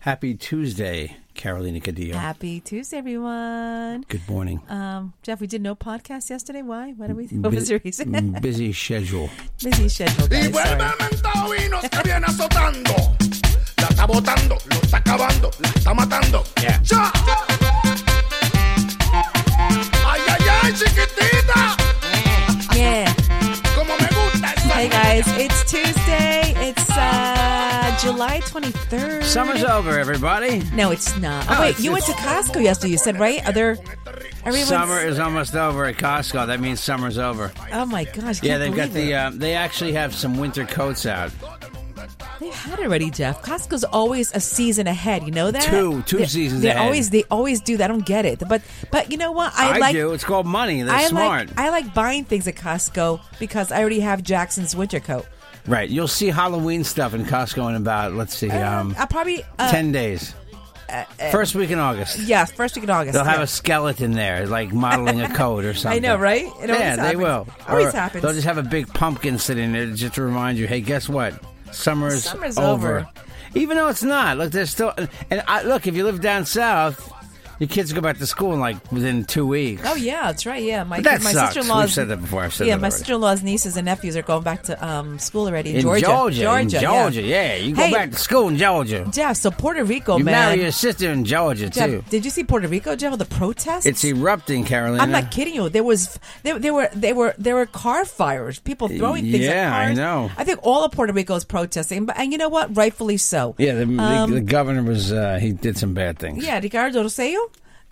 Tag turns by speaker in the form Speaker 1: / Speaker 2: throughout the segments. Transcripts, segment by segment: Speaker 1: Happy Tuesday, Carolina Cadillo.
Speaker 2: Happy Tuesday, everyone.
Speaker 1: Good morning.
Speaker 2: Um, Jeff, we did no podcast yesterday. Why? What did we?
Speaker 1: Mm,
Speaker 2: What was the
Speaker 1: Bu-
Speaker 2: reason?
Speaker 1: busy schedule.
Speaker 2: Busy schedule.
Speaker 3: Y vuelve
Speaker 2: Guys, sorry.
Speaker 3: al mentado y nos que viene azotando. La está botando, lo está acabando, la está matando. ¡Ya! ¡Ay, ay, ay, chiquitita!
Speaker 2: Yeah.
Speaker 3: ¡Como me gusta esa
Speaker 2: Hey guys, it's Tuesday. It's uh, July twenty third.
Speaker 1: Summer's over, everybody.
Speaker 2: No, it's not. Oh,
Speaker 1: No,
Speaker 2: wait,
Speaker 1: it's-
Speaker 2: you went to Costco yesterday. You said right? Are there? Everyone's,
Speaker 1: Summer is almost over at Costco. That means summer's over.
Speaker 2: Oh my gosh!
Speaker 1: Yeah,
Speaker 2: can't
Speaker 1: they've got
Speaker 2: believe
Speaker 1: the.
Speaker 2: it.
Speaker 1: Uh, they actually have some winter coats out.
Speaker 2: They had already, Jeff. Costco's always a season ahead. You know that?
Speaker 1: Two- two
Speaker 2: They-
Speaker 1: seasons
Speaker 2: They
Speaker 1: ahead.
Speaker 2: always they always do that. I don't get it. But but you know what? I,
Speaker 1: I
Speaker 2: like
Speaker 1: do. It's called money. They're
Speaker 2: I
Speaker 1: smart.
Speaker 2: like I like buying things at Costco because I already have Jackson's winter coat.
Speaker 1: right. You'll see Halloween stuff in Costco in about let's see, um,
Speaker 2: I'll probably uh,
Speaker 1: ten days. First week in August.
Speaker 2: yeah, first week in August.
Speaker 1: They'll have
Speaker 2: yeah.
Speaker 1: a skeleton there, like modeling a coat or something.
Speaker 2: know, right? It always
Speaker 1: yeah, they
Speaker 2: happens.
Speaker 1: will.
Speaker 2: Always
Speaker 1: Or
Speaker 2: happens.
Speaker 1: They'll just have a big pumpkin sitting there just to remind you, hey, guess what? Summer's,
Speaker 2: Summer's over.
Speaker 1: Even though it's not. Look, there's still. And I, look, if you live down south, your kids go back to school in like within two weeks.
Speaker 2: Oh yeah, that's right. Yeah, my
Speaker 1: But that
Speaker 2: my
Speaker 1: sucks.
Speaker 2: sister-in-law's
Speaker 1: We've said that before. I've said
Speaker 2: yeah,
Speaker 1: that
Speaker 2: my
Speaker 1: already.
Speaker 2: sister-in-law's nieces and nephews are going back to um, school already in,
Speaker 1: In
Speaker 2: Georgia. Georgia,
Speaker 1: in Georgia, yeah. You go
Speaker 2: Hey,
Speaker 1: back to school in Georgia.
Speaker 2: Jeff, so Puerto Rico,
Speaker 1: you
Speaker 2: man.
Speaker 1: marry your sister in Georgia,
Speaker 2: Jeff,
Speaker 1: too.
Speaker 2: did you see Puerto Rico, Jeff? all The protests.
Speaker 1: It's erupting, Carolina.
Speaker 2: I'm not kidding you. There was there, there were there were there were car fires. People throwing things. at
Speaker 1: Yeah, I
Speaker 2: cars.
Speaker 1: know.
Speaker 2: I think all of Puerto Rico is protesting, but and you know what? Rightfully so.
Speaker 1: Yeah, the, the-
Speaker 2: Um,
Speaker 1: the governor was, uh, he did some bad things.
Speaker 2: Yeah, Ricardo Rosello.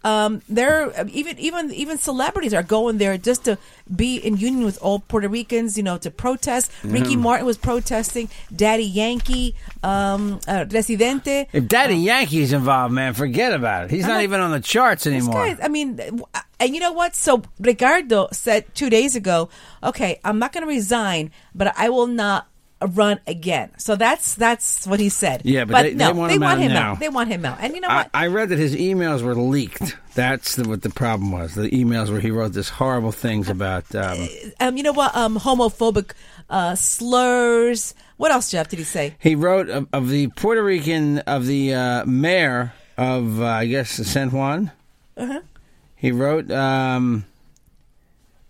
Speaker 2: Um, they're even even even celebrities are going there just to be in union with all Puerto Ricans, you know, to protest. Ricky Martin was protesting. Daddy Yankee, um, uh, Residente.
Speaker 1: If Daddy Yankee's involved, man, forget about it. He's not
Speaker 2: like-
Speaker 1: even on the charts
Speaker 2: This
Speaker 1: anymore.
Speaker 2: guy, I mean, uh, and you know what? So Ricardo said two days ago, "Okay, I'm not going to resign, but I will not." Run again, so that's that's what he said.
Speaker 1: Yeah, but they- they
Speaker 2: no,
Speaker 1: want
Speaker 2: they
Speaker 1: him out
Speaker 2: want him
Speaker 1: now.
Speaker 2: out. They want him out, and you know
Speaker 1: I,
Speaker 2: what?
Speaker 1: I read that his emails were leaked. That's the, what the problem was. The emails where he wrote this horrible things about. Um,
Speaker 2: um, you know what? Um, homophobic uh, slurs. What else, Jeff? Did he say?
Speaker 1: he wrote of, of the Puerto Rican of the uh, mayor of uh, I guess San Juan.
Speaker 2: Uh-huh.
Speaker 1: He wrote. Um,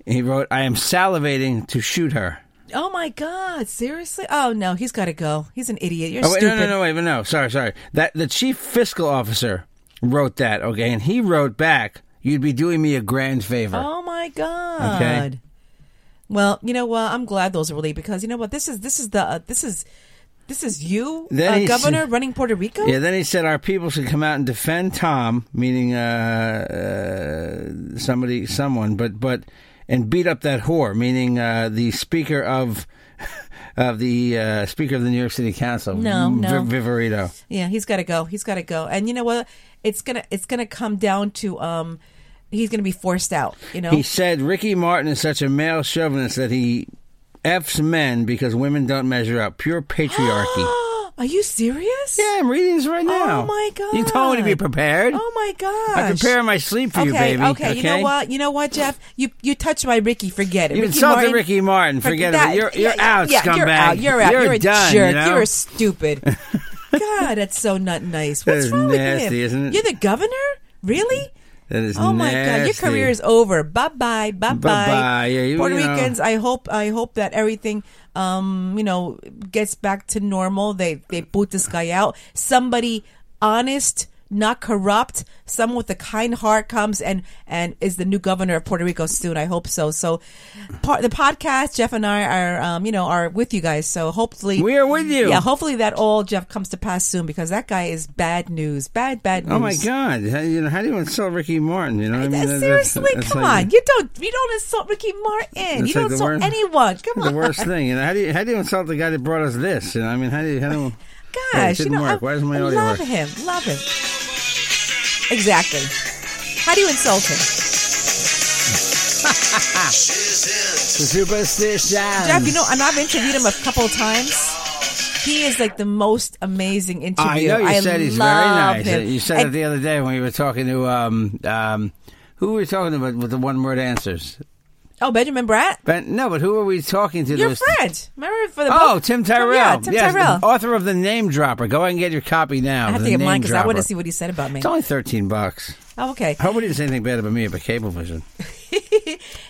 Speaker 1: he wrote. I am salivating to shoot her.
Speaker 2: Oh my God! Seriously? Oh no, he's got to go. He's an idiot. You're
Speaker 1: Oh, wait, no,
Speaker 2: stupid.
Speaker 1: no, no, wait, wait, no. Sorry, sorry. That the chief fiscal officer wrote that. Okay, and he wrote back. You'd be doing me a grand favor.
Speaker 2: Oh my God! Well, you know what? I'm glad those are relieved because you know what? This is this is the uh, this is this is you,
Speaker 1: Then
Speaker 2: uh,
Speaker 1: he's-
Speaker 2: governor, running Puerto Rico.
Speaker 1: Yeah, then he said our people should come out and defend Tom, meaning uh, uh, somebody, someone, but but and beat up that whore, meaning uh, the speaker of of the uh, speaker of the New York City Council,
Speaker 2: No, no.
Speaker 1: Vi- Viverito.
Speaker 2: Yeah, he's got to go. He's got to go. And you know what? It's gonna it's gonna come down to um, he's gonna be forced out. You know.
Speaker 1: He said Ricky Martin is such a male chauvinist that he f's men because women don't measure up. Pure patriarchy.
Speaker 2: are you serious?
Speaker 1: yeah, I'm reading this right now.
Speaker 2: Oh my god!
Speaker 1: You told me to be prepared.
Speaker 2: Oh my god!
Speaker 1: I prepare my sleep for
Speaker 2: okay,
Speaker 1: you, baby.
Speaker 2: Okay, you know what? You know what, Jeff? You you touched my Ricky. Forget it.
Speaker 1: You
Speaker 2: Ricky
Speaker 1: insulted
Speaker 2: Martin,
Speaker 1: Ricky Martin. Forget
Speaker 2: that-
Speaker 1: it. You're- you're out,
Speaker 2: yeah, You're
Speaker 1: scumbag.
Speaker 2: out. You're out.
Speaker 1: You're
Speaker 2: You're, a
Speaker 1: done,
Speaker 2: jerk.
Speaker 1: you know?
Speaker 2: are stupid. God, that's so not nice.
Speaker 1: That
Speaker 2: What's
Speaker 1: is
Speaker 2: wrong with
Speaker 1: nasty,
Speaker 2: him?
Speaker 1: isn't it?
Speaker 2: You're the governor, really?
Speaker 1: That is
Speaker 2: Oh my god, your
Speaker 1: nasty.
Speaker 2: career is over. Bye bye, bye
Speaker 1: Bye-bye.
Speaker 2: bye.
Speaker 1: Yeah, you-
Speaker 2: Puerto
Speaker 1: you know.
Speaker 2: Ricans. I hope, I hope that everything, um, you know, gets back to normal. They they boot this guy out. Somebody honest, not corrupt, someone with a kind heart comes and and is the new governor of Puerto Rico soon. I hope so. So, part the podcast, Jeff and I are, um, you know, are with you guys. So hopefully
Speaker 1: We are with you.
Speaker 2: Yeah, hopefully that all Jeff comes to pass soon because that guy is bad news, bad bad news.
Speaker 1: Oh my God! How, you know, how do you insult Ricky Martin? You know, what I mean, That- that's-
Speaker 2: Seriously,
Speaker 1: that's
Speaker 2: come
Speaker 1: like-
Speaker 2: on! You don't you don't insult Ricky Martin.
Speaker 1: That's
Speaker 2: You don't
Speaker 1: like the
Speaker 2: insult
Speaker 1: worst-
Speaker 2: anyone. Come
Speaker 1: the
Speaker 2: on,
Speaker 1: worst thing. And how do you how do you insult the guy that brought us this? You know, I mean, how do you how do? Yeah, it
Speaker 2: gosh!
Speaker 1: didn't
Speaker 2: you know,
Speaker 1: work.
Speaker 2: I,
Speaker 1: Why doesn't my
Speaker 2: I
Speaker 1: audio
Speaker 2: love
Speaker 1: work?
Speaker 2: him. Love him. Exactly. How do you insult him,
Speaker 1: superstition.
Speaker 2: Jeff? You know, and I've interviewed him a couple of times. He is like the most amazing
Speaker 1: I
Speaker 2: interview.
Speaker 1: know you said he's very
Speaker 2: love
Speaker 1: nice.
Speaker 2: him.
Speaker 1: You said
Speaker 2: And
Speaker 1: it the other day when we were talking to um um who were we talking about with the one word answers?
Speaker 2: oh, Benjamin Bratt,
Speaker 1: But no, but who were we talking to?
Speaker 2: your
Speaker 1: this-
Speaker 2: friend. Remember for the
Speaker 1: Oh,
Speaker 2: book?
Speaker 1: Tim Tyrell.
Speaker 2: Yeah, Tim
Speaker 1: yes,
Speaker 2: Tyrell.
Speaker 1: the author of the Name Dropper. Go ahead and get your copy now.
Speaker 2: I have
Speaker 1: the
Speaker 2: to get
Speaker 1: Name
Speaker 2: mine because I want
Speaker 1: Dropper.
Speaker 2: to see what he said about me.
Speaker 1: It's only thirteen bucks.
Speaker 2: Oh, okay.
Speaker 1: I hope he didn't say anything bad about me about Cablevision.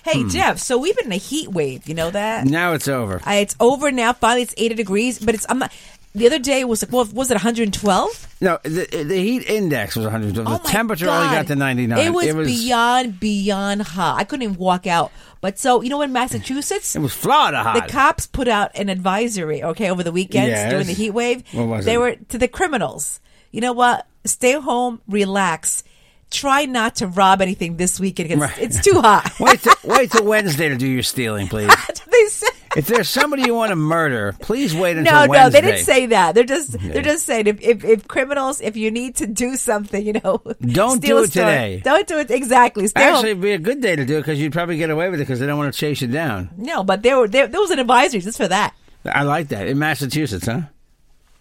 Speaker 2: Hey,
Speaker 1: Hmm.
Speaker 2: Jeff. So we've been in a heat wave. You know that?
Speaker 1: Now it's over.
Speaker 2: I, it's over now. Finally, it's 80 degrees, but it's I'm not. The other day was like, well, was it 112?
Speaker 1: No, the, the heat index was 112.
Speaker 2: Oh
Speaker 1: the
Speaker 2: my
Speaker 1: temperature only
Speaker 2: God.
Speaker 1: got to 99.
Speaker 2: It was, beyond beyond hot. I couldn't even walk out. But so you know, in Massachusetts,
Speaker 1: It was Florida
Speaker 2: the
Speaker 1: hot.
Speaker 2: cops put out an advisory. Okay, over the weekends
Speaker 1: Yes.
Speaker 2: during the heat wave,
Speaker 1: What was
Speaker 2: they
Speaker 1: it?
Speaker 2: were to the criminals. You know what? Stay home, relax. Try not to rob anything this weekend. 'cause
Speaker 1: Right.
Speaker 2: It's too hot.
Speaker 1: wait, till, wait till Wednesday to do your stealing, please.
Speaker 2: they said.
Speaker 1: if there's somebody you want to murder, please wait until
Speaker 2: No,
Speaker 1: Wednesday.
Speaker 2: no, they didn't say that. They're just they're just saying if, if if criminals, if you need to do something, you know,
Speaker 1: Don't
Speaker 2: steal
Speaker 1: do
Speaker 2: a
Speaker 1: it
Speaker 2: store,
Speaker 1: today.
Speaker 2: Don't do it exactly. Stay home.
Speaker 1: Actually, it'd be a good day to do it because you'd probably get away with it because they don't want to chase you down.
Speaker 2: no, but there were there, there was an advisory just for that.
Speaker 1: I like that in Massachusetts, huh?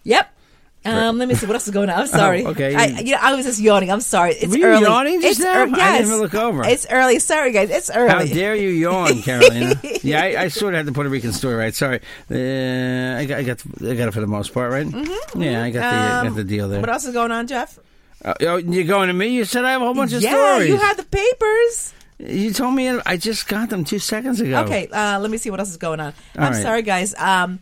Speaker 2: Yep. Um, let me see what else is going on. I'm sorry.
Speaker 1: Oh, okay.
Speaker 2: I, you know, I was just yawning. I'm sorry. It's
Speaker 1: Were you
Speaker 2: early.
Speaker 1: yawning just
Speaker 2: it's
Speaker 1: now? I
Speaker 2: ear-
Speaker 1: didn't
Speaker 2: yes.
Speaker 1: even look over.
Speaker 2: It's early. Sorry, guys. It's
Speaker 1: How
Speaker 2: early.
Speaker 1: dare you yawn, Carolina? yeah, I, I sort of had the Puerto Rican story right. Sorry, uh, I, got, I got I got it for the most part right. Mm-hmm, yeah, I got the I got
Speaker 2: Um,
Speaker 1: the deal there.
Speaker 2: What else is going on, Jeff?
Speaker 1: Uh, oh, you're going to me? You said I have a whole bunch of
Speaker 2: yeah,
Speaker 1: stories.
Speaker 2: you have the papers.
Speaker 1: You told me I just got them two seconds ago.
Speaker 2: Okay, uh, let me see what else is going on.
Speaker 1: All
Speaker 2: I'm
Speaker 1: right.
Speaker 2: sorry, guys. Um,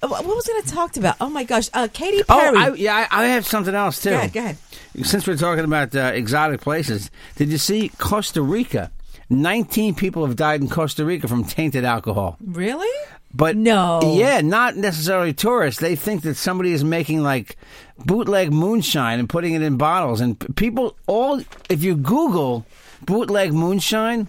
Speaker 2: wh- what was going to talk about? Oh my gosh, uh, Katy
Speaker 1: Oh,
Speaker 2: Perry.
Speaker 1: I, yeah, I, I have something else too.
Speaker 2: Go ahead, go ahead.
Speaker 1: Since we're talking about uh, exotic places, did you see Costa Rica? Nineteen people have died in Costa Rica from tainted alcohol.
Speaker 2: Really?
Speaker 1: But
Speaker 2: No.
Speaker 1: yeah, not necessarily tourists. They think that somebody is making like bootleg moonshine and putting it in bottles. And p- people all, if you Google bootleg moonshine,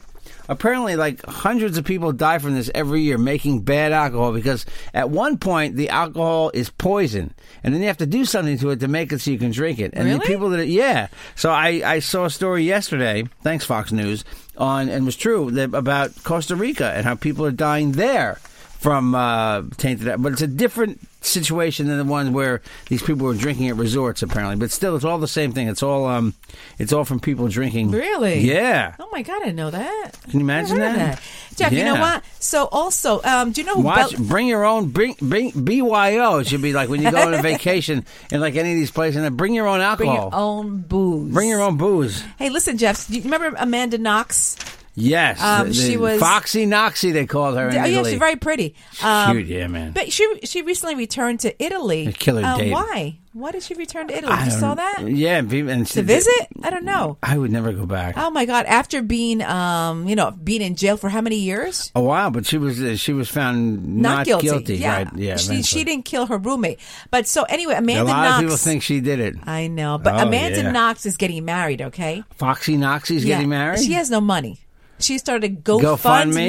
Speaker 1: apparently like hundreds of people die from this every year making bad alcohol because at one point the alcohol is poison, and then you have to do something to it to make it so you can drink it. And the
Speaker 2: Really?
Speaker 1: people that yeah. So I I saw a story yesterday. Thanks Fox News on and it was true that about Costa Rica and how people are dying there from uh, tainted. But it's a different situation than the one where these people were drinking at resorts, apparently. But still, it's all the same thing. It's all um, it's all from people drinking.
Speaker 2: Really?
Speaker 1: Yeah.
Speaker 2: Oh my god, I didn't know that.
Speaker 1: Can you imagine
Speaker 2: Never heard of
Speaker 1: that?
Speaker 2: Jeff? You know
Speaker 1: Yeah.
Speaker 2: what? So also, um, do you know who?
Speaker 1: Watch,
Speaker 2: Bel-
Speaker 1: bring your own, bring, bring BYO. It should be like when you go on a vacation and like any of these places, and then bring your own
Speaker 2: Bring
Speaker 1: alcohol,
Speaker 2: your own booze.
Speaker 1: Bring your own booze.
Speaker 2: Hey, listen, Jeff. Do you remember Amanda Knox?
Speaker 1: Yes,
Speaker 2: Um,
Speaker 1: the-
Speaker 2: she
Speaker 1: the
Speaker 2: was-
Speaker 1: Foxy Noxy. They called her in
Speaker 2: Oh, yeah,
Speaker 1: Italy.
Speaker 2: she's very pretty. Um,
Speaker 1: cute, yeah, man.
Speaker 2: But she she recently returned to Italy.
Speaker 1: A killer
Speaker 2: um,
Speaker 1: date.
Speaker 2: Why? Why did she return to Italy?
Speaker 1: I
Speaker 2: you
Speaker 1: don't-
Speaker 2: saw that
Speaker 1: Yeah, and, people- and she-
Speaker 2: to visit? I don't know.
Speaker 1: I would never go back.
Speaker 2: Oh my God! After being, um, you know, being in jail for how many years?
Speaker 1: A while, but she was uh, she was found not, guilty. Right? Yeah,
Speaker 2: she, she
Speaker 1: eventually.
Speaker 2: didn't kill her roommate. But so anyway,
Speaker 1: A
Speaker 2: Amanda
Speaker 1: lot
Speaker 2: Knox.
Speaker 1: of people think she did it.
Speaker 2: I know, but
Speaker 1: Oh,
Speaker 2: Amanda
Speaker 1: yeah.
Speaker 2: Knox is getting married. Okay,
Speaker 1: Foxy Noxie's
Speaker 2: Yeah.
Speaker 1: getting married.
Speaker 2: She has no money. She started
Speaker 1: GoFundMe?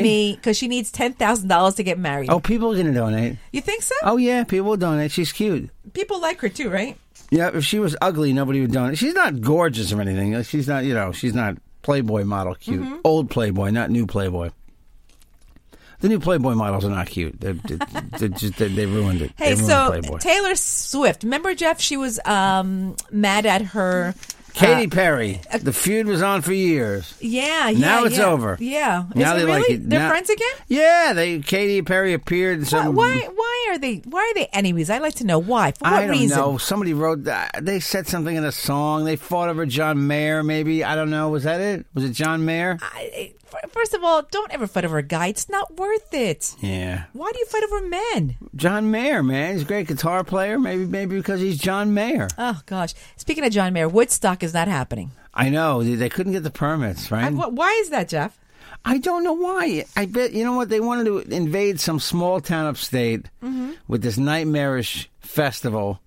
Speaker 2: GoFundMe because she needs ten thousand dollars to get married.
Speaker 1: Oh, people are gonna donate.
Speaker 2: you think so?
Speaker 1: Oh yeah, people will donate. She's cute.
Speaker 2: People like her too, right?
Speaker 1: Yeah, if she was ugly, nobody would donate. She's not gorgeous or anything. Like, She's not, you know, she's not Playboy model cute.
Speaker 2: Mm-hmm.
Speaker 1: Old Playboy, not new Playboy. The new Playboy models are not cute. They, they, they, just, they, they ruined it.
Speaker 2: Hey,
Speaker 1: they ruined
Speaker 2: so
Speaker 1: Playboy.
Speaker 2: Taylor Swift. Remember, Jeff? She was um, mad at her
Speaker 1: Katy Perry.
Speaker 2: uh,
Speaker 1: the feud was on for years.
Speaker 2: Yeah, yeah.
Speaker 1: Now it's
Speaker 2: yeah.
Speaker 1: over.
Speaker 2: Yeah. Is
Speaker 1: Now
Speaker 2: it
Speaker 1: they
Speaker 2: really?
Speaker 1: like it.
Speaker 2: They're
Speaker 1: Now-
Speaker 2: friends again?
Speaker 1: Yeah, they Katy Perry appeared in
Speaker 2: Why,
Speaker 1: some.
Speaker 2: why? Why are they? Why are they enemies? I'd like to know why. For what
Speaker 1: I don't
Speaker 2: reason?
Speaker 1: know. Somebody wrote that. They said something in a song. They fought over John Mayer, maybe. I don't know. Was that it? Was it John Mayer?
Speaker 2: I, f- first of all, don't ever fight over a guy. It's not worth it.
Speaker 1: yeah.
Speaker 2: Why do you fight over men?
Speaker 1: John Mayer, man. He's a great guitar player. Maybe maybe because he's John Mayer.
Speaker 2: Oh gosh. Speaking of John Mayer, Woodstock is not happening.
Speaker 1: I know. They, they couldn't get the permits, right?
Speaker 2: I, wh- why is that, Jeff?
Speaker 1: I don't know why. I bet you know what they wanted to invade some small town upstate
Speaker 2: Mm-hmm.
Speaker 1: with this nightmarish festival,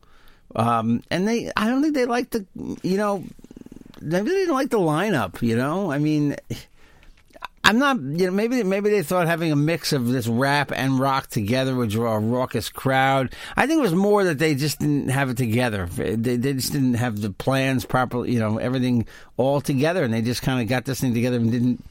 Speaker 1: um, and they. I don't think they liked the. You know, maybe they didn't like the lineup. You know, I mean, I'm not. You know, maybe maybe they thought having a mix of this rap and rock together would draw a raucous crowd. I think it was more that they just didn't have it together. They, they just didn't have the plans properly. You know, everything all together, and they just kind of got this thing together and didn't.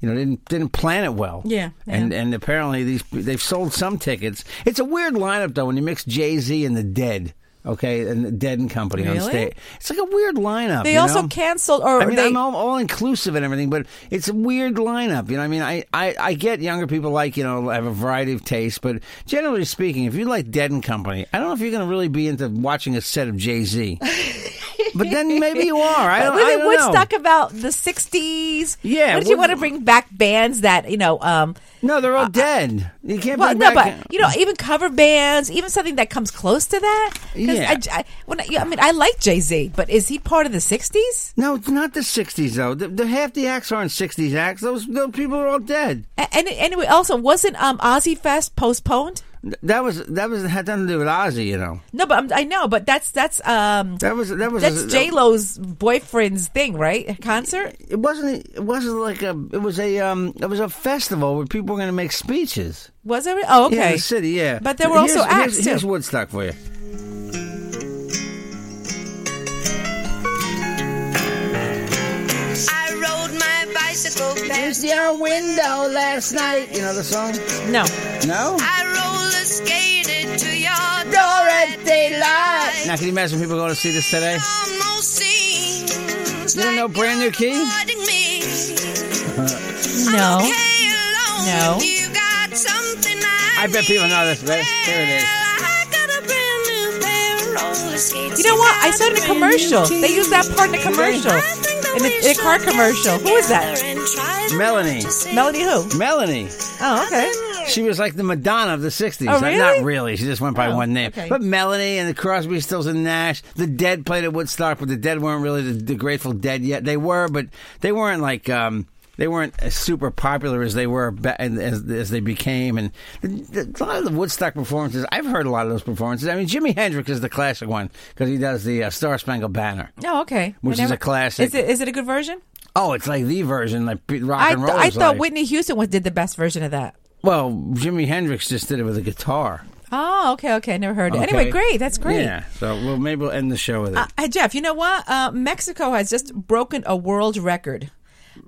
Speaker 1: You know, didn't didn't plan it well.
Speaker 2: Yeah,
Speaker 1: and
Speaker 2: yeah.
Speaker 1: and apparently these they've sold some tickets. It's a weird lineup though when you mix Jay Z and the Dead. Okay, and the Dead and Company on
Speaker 2: Really?
Speaker 1: stage. It's like a weird lineup.
Speaker 2: They
Speaker 1: you
Speaker 2: also
Speaker 1: know?
Speaker 2: canceled, or
Speaker 1: I mean,
Speaker 2: they-
Speaker 1: I'm all, all inclusive and everything, but it's a weird lineup. You know, I mean, I, I, I get younger people like you know have a variety of tastes, but generally speaking, if you like Dead and Company, I don't know if you're going to really be into watching a set of Jay Z. but then maybe you are. I don't, I
Speaker 2: Wasn't
Speaker 1: don't
Speaker 2: Woodstock
Speaker 1: know.
Speaker 2: about the '60s?
Speaker 1: Yeah,
Speaker 2: What did you
Speaker 1: Wood-
Speaker 2: want to bring back bands that you know? Um,
Speaker 1: No, they're all dead. You can't.
Speaker 2: well,
Speaker 1: bring
Speaker 2: no,
Speaker 1: back-
Speaker 2: but you know, even cover bands, even something that comes close to that. 'Cause
Speaker 1: Yeah.
Speaker 2: I, I, when I, I mean, I like Jay Z, but is he part of the '60s?
Speaker 1: No, it's not the '60s though. The, the half the acts aren't '60s acts. Those those people are all dead.
Speaker 2: A- And anyway, also wasn't um Ozzy Fest postponed?
Speaker 1: Th- That was that was had nothing to do with Ozzy. You know,
Speaker 2: No, but I'm, I know, but that's that's um
Speaker 1: that was that was
Speaker 2: that's J Lo's boyfriend's thing, right? Concert.
Speaker 1: it wasn't it wasn't like a it was a um it was a festival where people were going to make speeches.
Speaker 2: Was it? Oh,
Speaker 1: Yeah, in
Speaker 2: okay.
Speaker 1: the city, yeah.
Speaker 2: But there were also
Speaker 1: Here's-
Speaker 2: acts
Speaker 1: here's, here's
Speaker 2: too.
Speaker 1: Woodstock for you.
Speaker 4: I rode my bicycle past.
Speaker 1: your window last night. You know the song?
Speaker 2: no,
Speaker 1: No.
Speaker 4: I roller skated to your door at
Speaker 1: Now,
Speaker 4: daylight.
Speaker 1: can you imagine people going to see this today?
Speaker 4: Almost seems
Speaker 1: You don't know
Speaker 4: like
Speaker 1: Brand New
Speaker 4: you're
Speaker 1: Key?
Speaker 4: avoiding me.
Speaker 2: no.
Speaker 4: Hey, alone,
Speaker 2: No.
Speaker 4: You got something I,
Speaker 1: I bet people know this. Right?
Speaker 4: need.
Speaker 1: Here it is.
Speaker 4: I got a brand new pair of roller skates.
Speaker 2: You know what? I saw it in a commercial. They used that part in a commercial,
Speaker 4: I think that
Speaker 2: in
Speaker 4: we
Speaker 2: a, in a car
Speaker 4: should get
Speaker 2: commercial. Who was that?
Speaker 4: together and try them
Speaker 1: Melanie.
Speaker 4: out to see.
Speaker 2: Melody who?
Speaker 1: Melanie.
Speaker 2: Oh, okay.
Speaker 1: She was like the Madonna of the 60s.
Speaker 2: Oh,
Speaker 1: Not-
Speaker 2: really?
Speaker 1: Not really. She just went by
Speaker 2: Oh,
Speaker 1: one name.
Speaker 2: okay.
Speaker 1: But Melanie and the Crosby, Stills, and Nash, the Dead played at Woodstock, but the Dead weren't really the, the Grateful Dead yet. They were, but they weren't like. Um, they weren't as super popular as they were ba- and as, as they became, and the, the, a lot of the Woodstock performances. I've heard a lot of those performances. I mean, Jimi Hendrix is the classic one because he does the uh, Star Spangled Banner.
Speaker 2: Oh, okay.
Speaker 1: Which is
Speaker 2: Whenever-
Speaker 1: a classic.
Speaker 2: Is it is it a good version?
Speaker 1: Oh, it's like the version, like rock
Speaker 2: I
Speaker 1: and
Speaker 2: th-
Speaker 1: roll.
Speaker 2: I
Speaker 1: is
Speaker 2: thought
Speaker 1: like.
Speaker 2: Whitney Houston was, did the best version of that.
Speaker 1: Well, Jimi Hendrix just did it with a guitar.
Speaker 2: Oh, okay, okay. I never heard
Speaker 1: Okay.
Speaker 2: it. Anyway, great. That's great.
Speaker 1: Yeah. So well, maybe we'll end the show with it.
Speaker 2: Uh, hey, Jeff, you know what? Uh, Mexico has just broken a world record.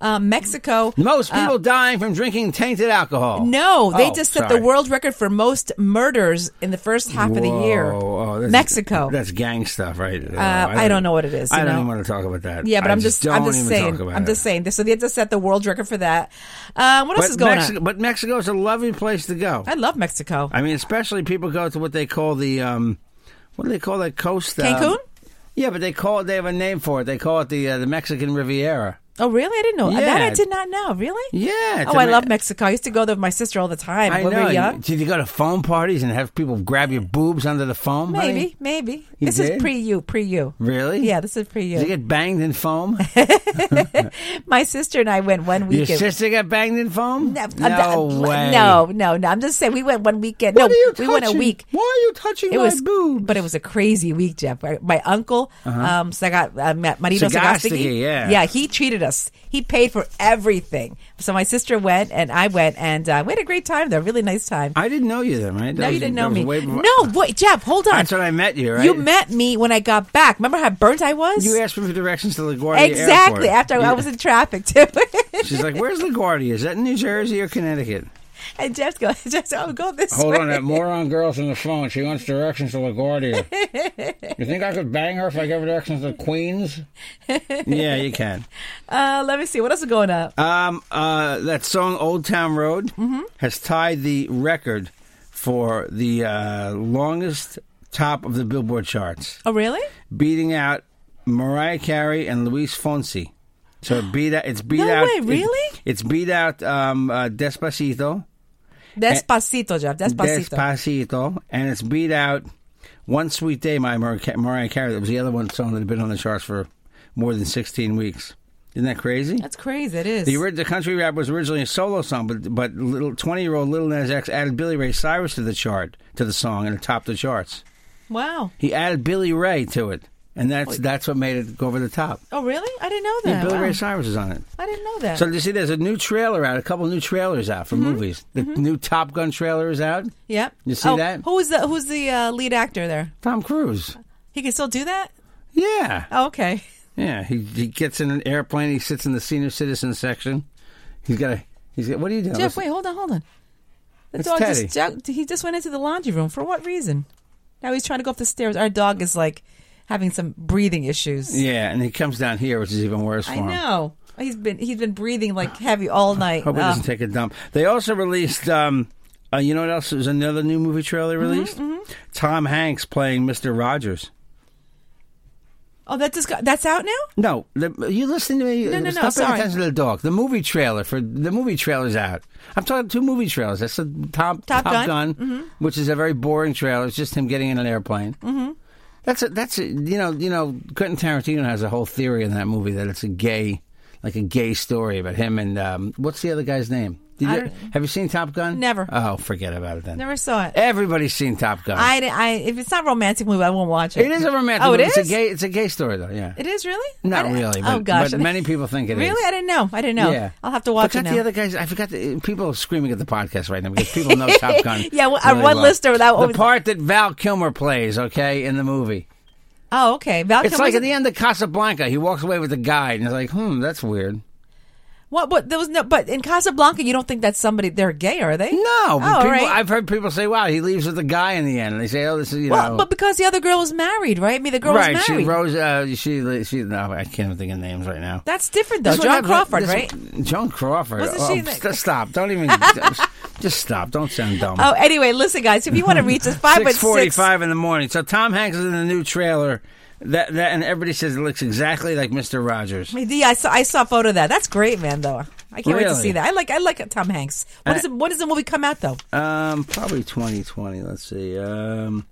Speaker 2: Uh, Mexico.
Speaker 1: Most people dying from drinking tainted alcohol.
Speaker 2: uh, No, they
Speaker 1: Oh,
Speaker 2: just set
Speaker 1: sorry.
Speaker 2: the world record for most murders in the first half of the year.
Speaker 1: Whoa, oh, that's-
Speaker 2: Mexico.
Speaker 1: That's gang stuff, right? Uh,
Speaker 2: I don't know what it is,
Speaker 1: I
Speaker 2: you
Speaker 1: don't
Speaker 2: know?
Speaker 1: even want to talk about that.
Speaker 2: yeah, but
Speaker 1: I
Speaker 2: I'm just, I'm
Speaker 1: don't
Speaker 2: just
Speaker 1: even
Speaker 2: saying
Speaker 1: talk about
Speaker 2: I'm
Speaker 1: it.
Speaker 2: just saying this. So they had to set the world record for that. Um, what else
Speaker 1: But
Speaker 2: is going
Speaker 1: Mexico,
Speaker 2: on?
Speaker 1: But Mexico is a lovely place to go.
Speaker 2: I love Mexico.
Speaker 1: I mean, especially people go to what they call the um, what do they call that coast? um,
Speaker 2: Cancun?
Speaker 1: yeah, but they call it. They have a name for it. They call it the uh, the Mexican Riviera.
Speaker 2: Oh, really? I didn't know. That I
Speaker 1: Yeah.
Speaker 2: did not know. Really?
Speaker 1: Yeah. it's
Speaker 2: Oh, I
Speaker 1: ama-
Speaker 2: love Mexico. I used to go there with my sister all the time
Speaker 1: I
Speaker 2: when we
Speaker 1: know.
Speaker 2: were young.
Speaker 1: Did you go to foam parties and have people grab your boobs under the foam? honey?
Speaker 2: Maybe, maybe.
Speaker 1: You
Speaker 2: This
Speaker 1: did?
Speaker 2: is pre you, pre you.
Speaker 1: Really?
Speaker 2: Yeah, this is pre
Speaker 1: Did you
Speaker 2: you.
Speaker 1: get banged in foam?
Speaker 2: My sister and I went one
Speaker 1: Your
Speaker 2: weekend.
Speaker 1: sister got banged in foam?
Speaker 2: No, I'm-
Speaker 1: no
Speaker 2: I'm-
Speaker 1: way.
Speaker 2: no, no, no. I'm just saying we went one weekend.
Speaker 1: What
Speaker 2: no,
Speaker 1: are you
Speaker 2: we went a
Speaker 1: touching?
Speaker 2: week.
Speaker 1: Why are you touching
Speaker 2: It
Speaker 1: my
Speaker 2: was
Speaker 1: boobs?
Speaker 2: but it was a crazy week, Jeff. My- My uncle, um, Sagat, uh, Ma- Marino
Speaker 1: Sagasti,
Speaker 2: Sagasti,
Speaker 1: yeah.
Speaker 2: yeah, he treated us. He paid for everything. So my sister went and I went, and uh, we had a great time there. Really nice time.
Speaker 1: I didn't know you then, right? That
Speaker 2: no, you
Speaker 1: was-
Speaker 2: didn't
Speaker 1: that
Speaker 2: know
Speaker 1: was
Speaker 2: me.
Speaker 1: way before-
Speaker 2: No, wait, Jeff, hold on.
Speaker 1: That's when I met you, right?
Speaker 2: You met me when I got back. Remember how burnt I was?
Speaker 1: You asked me for directions to LaGuardia
Speaker 2: exactly.
Speaker 1: Airport.
Speaker 2: After I
Speaker 1: You-
Speaker 2: was in traffic too.
Speaker 1: She's like, where's LaGuardia? Is that in New Jersey or Connecticut?
Speaker 2: And Jeff's going, Jeff's, oh, go this
Speaker 1: Hold
Speaker 2: way.
Speaker 1: on, that moron girl's on the phone. She wants directions to LaGuardia. you think I could bang her if I gave her directions to Queens? yeah, you can.
Speaker 2: Uh, let me see. What else is going up?
Speaker 1: Um, uh, that song "Old Town Road"
Speaker 2: Mm-hmm.
Speaker 1: has tied the record for the uh, longest top of the Billboard charts,
Speaker 2: oh, really?
Speaker 1: beating out Mariah Carey and Luis Fonsi. So it beat out, it's beat
Speaker 2: No
Speaker 1: out.
Speaker 2: way,
Speaker 1: it-
Speaker 2: really?
Speaker 1: it's beat out um, uh, "Despacito." Eh,
Speaker 2: Despacito, Jeff. Despacito.
Speaker 1: Despacito, and it's beat out "One Sweet Day" by Mar- Mariah Carey. That was the other one song that had been on the charts for more than 16 weeks. Isn't that crazy?
Speaker 2: That's crazy. It is.
Speaker 1: The, ori- the country rap was originally a solo song, but but little 20 year old Little Nas X added Billy Ray Cyrus to the chart to the song, and it topped the charts.
Speaker 2: wow.
Speaker 1: He added Billy Ray to it, and that's that's what made it go over the top.
Speaker 2: Oh, really? I didn't know
Speaker 1: Yeah,
Speaker 2: that.
Speaker 1: Billy
Speaker 2: Wow.
Speaker 1: Ray Cyrus is on it.
Speaker 2: I didn't know that.
Speaker 1: So you see, there's a new trailer out, a couple new trailers out for
Speaker 2: Mm-hmm.
Speaker 1: movies. The new Top Gun trailer is out.
Speaker 2: yep.
Speaker 1: You see
Speaker 2: Oh,
Speaker 1: that?
Speaker 2: Who is the Who's the uh, lead actor there?
Speaker 1: Tom Cruise.
Speaker 2: He can still do that.
Speaker 1: Yeah.
Speaker 2: Oh, okay.
Speaker 1: Yeah, he he gets in an airplane. He sits in the senior citizen section. He's got a. He's got. What are you doing?
Speaker 2: Jeff,
Speaker 1: Listen-
Speaker 2: wait, hold on, hold on. The
Speaker 1: It's
Speaker 2: dog
Speaker 1: Teddy.
Speaker 2: just jumped, he just went into the laundry room for what reason? Now he's trying to go up the stairs. Our dog is like having some breathing issues.
Speaker 1: Yeah, and he comes down here, which is even worse for
Speaker 2: I
Speaker 1: him.
Speaker 2: know. He's been he's been breathing like heavy all night.
Speaker 1: Hope it
Speaker 2: Uh,
Speaker 1: doesn't take a dump. They also released. Um, uh, you know what else? There's another new movie trailer
Speaker 2: Mm-hmm,
Speaker 1: they released. Tom Hanks playing Mister Rogers.
Speaker 2: oh, that just got, that's out now.
Speaker 1: No, the, you listen to me.
Speaker 2: No, no, no,
Speaker 1: Stop paying
Speaker 2: sorry.
Speaker 1: attention to the dog. The movie trailer for the movie trailer's out. I'm talking two movie trailers. That's the Top
Speaker 2: Top Gun? Mm-hmm.
Speaker 1: which is a very boring trailer. It's just him getting in an airplane. Mm-hmm. That's a, that's a, you know you know Quentin Tarantino has a whole theory in that movie that it's a gay like a gay story about him and um, what's the other guy's name? Did
Speaker 2: I
Speaker 1: you,
Speaker 2: don't-
Speaker 1: have you seen Top Gun?
Speaker 2: Never.
Speaker 1: Oh, forget about it then.
Speaker 2: Never saw it.
Speaker 1: Everybody's seen Top Gun.
Speaker 2: I, I if it's not a romantic movie, I won't watch it.
Speaker 1: it is a romantic.
Speaker 2: Oh, it
Speaker 1: movie.
Speaker 2: is.
Speaker 1: It's a gay. It's a gay story though. Yeah.
Speaker 2: It is really.
Speaker 1: Not
Speaker 2: I-
Speaker 1: really. But,
Speaker 2: oh gosh.
Speaker 1: but many people think it is.
Speaker 2: really? I didn't know. I didn't know. I'll have to watch
Speaker 1: forgot
Speaker 2: it now.
Speaker 1: the other guys. I forgot. The, people are screaming at the podcast right now because people know Top Gun.
Speaker 2: Yeah, well, uh, one
Speaker 1: well.
Speaker 2: lister that
Speaker 1: the
Speaker 2: always-
Speaker 1: part that Val Kilmer plays, okay, in the movie.
Speaker 2: oh, okay. Val
Speaker 1: It's like
Speaker 2: Kilmer's-
Speaker 1: at the end of Casablanca, he walks away with the guide, and it's like, hmm, that's weird.
Speaker 2: What? But there was no. But in Casablanca, you don't think that's somebody. They're gay, are they?
Speaker 1: No, but
Speaker 2: Oh,
Speaker 1: people,
Speaker 2: all right.
Speaker 1: I've heard people say, "Wow, he leaves with the guy in the end." And they say, "Oh, this is you
Speaker 2: well,
Speaker 1: know."
Speaker 2: but because the other girl was married, right? I mean, the girl
Speaker 1: right,
Speaker 2: was
Speaker 1: she
Speaker 2: married.
Speaker 1: rose. Uh, she she. No, I can't think of names right now.
Speaker 2: That's different, though.
Speaker 1: This
Speaker 2: John
Speaker 1: one
Speaker 2: Crawford,
Speaker 1: this-
Speaker 2: right?
Speaker 1: Joan Crawford.
Speaker 2: Wasn't
Speaker 1: oh,
Speaker 2: she the-
Speaker 1: st- stop! Don't even. just stop! Don't sound dumb.
Speaker 2: Oh, anyway, listen, guys. If you want to reach us, five one
Speaker 1: six
Speaker 2: six.
Speaker 1: forty-five in the morning. So Tom Hanks is in the new trailer. That that and everybody says it looks exactly like Mister Rogers.
Speaker 2: Yeah, I saw, I saw a photo of that. That's great, man. Though I can't wait to
Speaker 1: Really? Uh,
Speaker 2: see that. I like I like Tom Hanks. What is the, when does the movie come out though?
Speaker 1: Um, probably twenty twenty. Let's see. Um,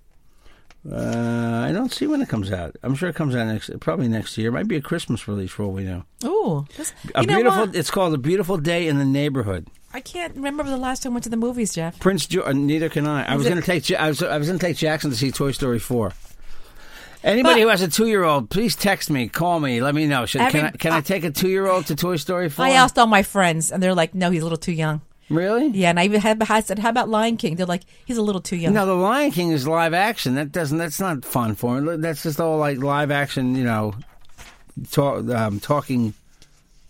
Speaker 1: uh, I don't see when it comes out. I'm sure it comes out next, probably next year. Might be a Christmas release for all we know.
Speaker 2: Ooh, this-
Speaker 1: A
Speaker 2: you know
Speaker 1: beautiful.
Speaker 2: what?
Speaker 1: It's called a beautiful day in the neighborhood.
Speaker 2: I can't remember the last time I went to the movies, Jeff.
Speaker 1: Prince George. Neither can I. I was
Speaker 2: it-
Speaker 1: going to take. Ja- I was. I was going to take Jackson to see Toy Story four. Anybody
Speaker 2: But-
Speaker 1: who has a two-year-old, please text me, call me, let me know. Should,
Speaker 2: Every-
Speaker 1: can I, can I take a two-year-old to Toy Story four?
Speaker 2: uh, I asked all my friends, and they're like, "No, he's a little too young."
Speaker 1: Really?
Speaker 2: Yeah, and I even had, I said, "How about Lion King?" They're like, "He's a little too young."
Speaker 1: No, the Lion King is live action. That doesn't. That's not fun for him. That's just all like live action. You know, talk, um, talking,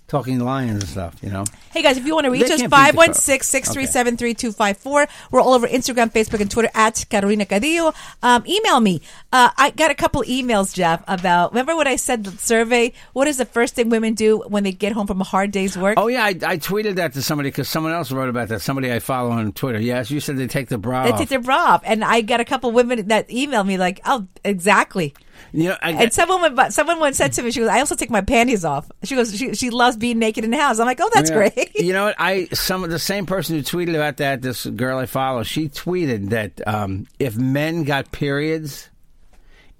Speaker 1: talking lions and stuff. You know.
Speaker 2: Hey guys, if you want to reach
Speaker 1: They
Speaker 2: us,
Speaker 1: can't beat the crowd.
Speaker 2: 516-637-3254. We're all over Instagram, Facebook, and Twitter at Carolina Cadillo. Um, email me. Uh, I got a couple emails, Jeff, about remember what I said the survey? What is the first thing women do when they get home from a hard day's work?
Speaker 1: Oh yeah, I, I tweeted that to somebody because someone else wrote about that. Somebody I follow on Twitter. Yes, you said they take the bra
Speaker 2: They
Speaker 1: off.
Speaker 2: take their bra off. And I got a couple women that emailed me like, oh, exactly.
Speaker 1: you know, I,
Speaker 2: And someone went, but someone once said to me, she goes, I also take my panties off. She goes, she, she loves being naked in the house. I'm like, oh, that's
Speaker 1: Yeah.
Speaker 2: great.
Speaker 1: You know what? I some the same person who tweeted about that. This girl I follow, she tweeted that um, if men got periods,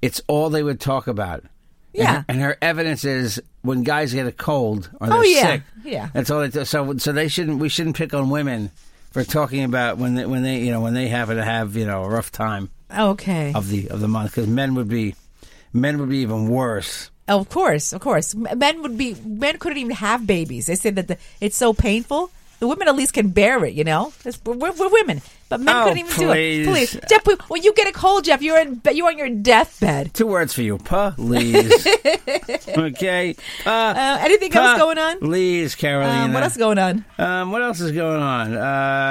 Speaker 1: it's all they would talk about. And
Speaker 2: Yeah.
Speaker 1: her- and her, evidence is when guys get a cold or they're
Speaker 2: Oh, yeah.
Speaker 1: sick.
Speaker 2: Yeah.
Speaker 1: that's all. They do. So so they shouldn't we shouldn't pick on women for talking about when they, when they you know when they happen to have you know a rough time
Speaker 2: Okay.
Speaker 1: of the of the month because men would be men would be even worse.
Speaker 2: Of course, of course. M- Men would be men couldn't even have babies. They said that the, it's so painful. The women at least can bear it, you know. It's, we're, we're women. But men
Speaker 1: Oh,
Speaker 2: couldn't even
Speaker 1: please.
Speaker 2: do it. Please, Jeff, we- when you get a cold, Jeff, you're in be- you're on your deathbed.
Speaker 1: Two words for you, please. okay. Uh,
Speaker 2: Uh, anything else going on?
Speaker 1: Please, Carolina.
Speaker 2: Um, what else going on?
Speaker 1: Um, what else is going on?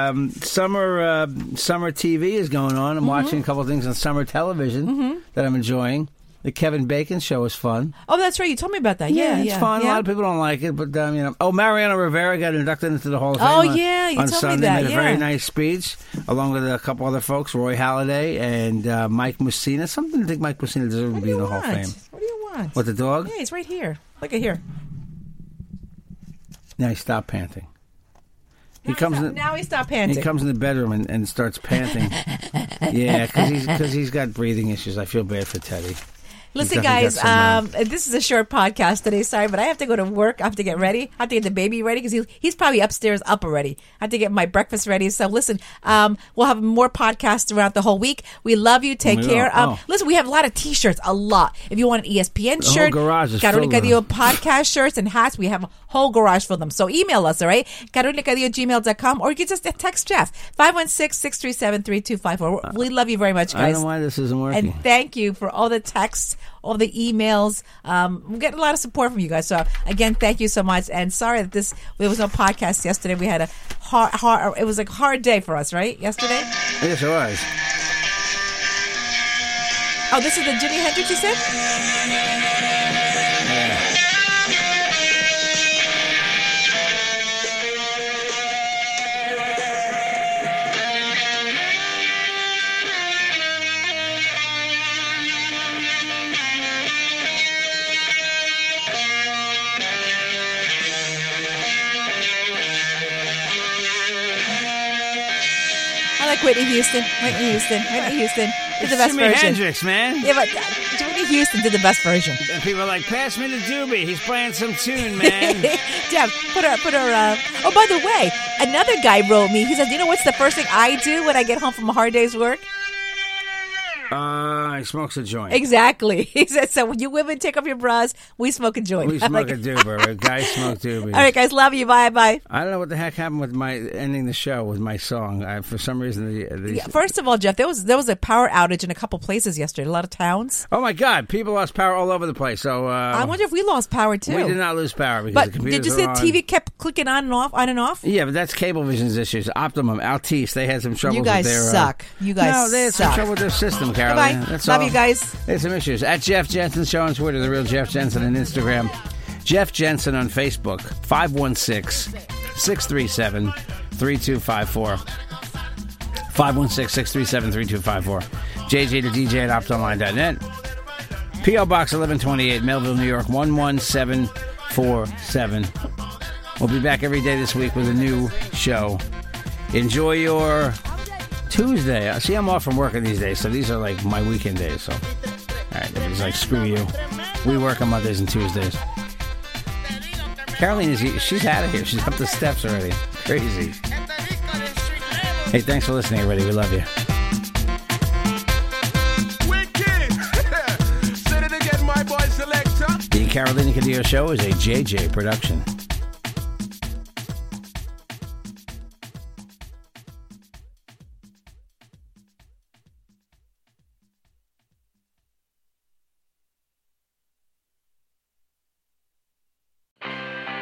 Speaker 1: Um, summer uh, summer TV is going on. I'm
Speaker 2: Mm-hmm.
Speaker 1: watching a couple of things on summer television that I'm enjoying. The Kevin Bacon show is fun.
Speaker 2: Oh, that's right. You told me about that. Yeah,
Speaker 1: it's
Speaker 2: yeah,
Speaker 1: fun.
Speaker 2: yeah.
Speaker 1: A lot of people don't like it, but um, you know. Oh, Mariano Rivera got inducted into the Hall of Fame.
Speaker 2: Oh,
Speaker 1: on-
Speaker 2: yeah, you
Speaker 1: on
Speaker 2: told me
Speaker 1: Sunday,
Speaker 2: that,
Speaker 1: made a
Speaker 2: yeah.
Speaker 1: very nice speech along with a couple other folks, Roy Halladay and uh, Mike Mussina. Something I think Mike Mussina deserves to
Speaker 2: What do
Speaker 1: be in
Speaker 2: you
Speaker 1: the
Speaker 2: want?
Speaker 1: Hall of Fame.
Speaker 2: What do you want?
Speaker 1: What the dog?
Speaker 2: yeah, he's right here. Look at here.
Speaker 1: Now he stopped panting. He
Speaker 2: Now
Speaker 1: comes.
Speaker 2: stop-
Speaker 1: in,
Speaker 2: now. He stopped panting.
Speaker 1: He comes in the bedroom and, and starts panting. yeah, because he's, 'cause he's got breathing issues. I feel bad for Teddy.
Speaker 2: Listen,
Speaker 1: definitely
Speaker 2: guys,
Speaker 1: got uh,
Speaker 2: um, this is a short podcast today. Sorry, but I have to go to work. I have to get ready. I have to get the baby ready because he, he's probably upstairs up already. I have to get my breakfast ready. So, listen, um, we'll have more podcasts throughout the whole week. We love you. Take
Speaker 1: We
Speaker 2: care.
Speaker 1: will.
Speaker 2: Um,
Speaker 1: Oh.
Speaker 2: Listen, we have a lot of t shirts, a lot. If you want an E ESPN
Speaker 1: whole
Speaker 2: shirt,
Speaker 1: garage is
Speaker 2: Carolina
Speaker 1: filled with
Speaker 2: Cadillo
Speaker 1: them.
Speaker 2: podcast shirts and hats, we have a whole garage for them. So, email us, all right? CarolinaCadilloGmail.com or you can just text Jeff, 516 637 3254. We love you very much,
Speaker 1: I
Speaker 2: guys.
Speaker 1: don't know why this isn't working.
Speaker 2: And thank you for all the texts, all the emails. Um, we get a lot of support from you guys. So again, thank you so much. And sorry that this there was no podcast yesterday. We had a hard, hard. It was a hard day for us, right? Yesterday.
Speaker 1: yes, it was.
Speaker 2: Oh, this is the Jimi Hendrix you said. I like Whitney Houston. Whitney Houston. Whitney Houston. Did the best
Speaker 1: Jimi
Speaker 2: version.
Speaker 1: Hendrix, man.
Speaker 2: Yeah, but uh, Whitney Houston did the best version.
Speaker 1: And people are like, pass me the doobie. He's playing some tune, man.
Speaker 2: Jeff, put her, put her. Uh... Oh, by the way, another guy wrote me. He says, "You know what's the first thing I do when I get home from a hard day's work?"
Speaker 1: uh, he smokes a joint.
Speaker 2: Exactly. He said, "So when you women take off your bras, we smoke a joint."
Speaker 1: We
Speaker 2: I'm
Speaker 1: smoke a
Speaker 2: like,
Speaker 1: doobie. A guy smoke doobies.
Speaker 2: All right, guys, love you. Bye, bye.
Speaker 1: I don't know what the heck happened with my ending the show with my song. I, for some reason, the, uh, the
Speaker 2: Yeah, First of all, Jeff, there was there was a power outage in a couple places yesterday. A lot of towns.
Speaker 1: oh my god, people lost power all over the place. So uh,
Speaker 2: I wonder if we lost power too.
Speaker 1: we did not lose power because
Speaker 2: But
Speaker 1: the computers
Speaker 2: did you
Speaker 1: were
Speaker 2: see the
Speaker 1: on.
Speaker 2: TV kept clicking on and off, on and off?
Speaker 1: Yeah, but that's Cablevision's issues. Optimum, Altice, they had some trouble.
Speaker 2: You guys
Speaker 1: with their, uh,
Speaker 2: suck. You guys
Speaker 1: no, they had some
Speaker 2: suck.
Speaker 1: trouble with their system,
Speaker 2: Goodbye.
Speaker 1: Caroline. That's
Speaker 2: Love
Speaker 1: all.
Speaker 2: you guys.
Speaker 1: They had some issues. At Jeff Jensen Show on Twitter, the real Jeff Jensen on Instagram, Jeff Jensen on Facebook, 516 637 3254. 516 637 3254. JJ to DJ at optonline.net. P.O. Box 1128, Melville, New York 11747. We'll be back every day this week with a new show. Enjoy your Tuesday. Uh, See, I'm off from working these days, so these are like my weekend days. So, all right, everybody's like, screw you. We work on Mondays and Tuesdays. Caroline is she's out of here. She's up the steps already. Crazy. Hey, thanks for listening, everybody. We love you.
Speaker 3: Wicked. Say it again, my boy selector.
Speaker 1: The Carolina Cadillo Show is a JJ production.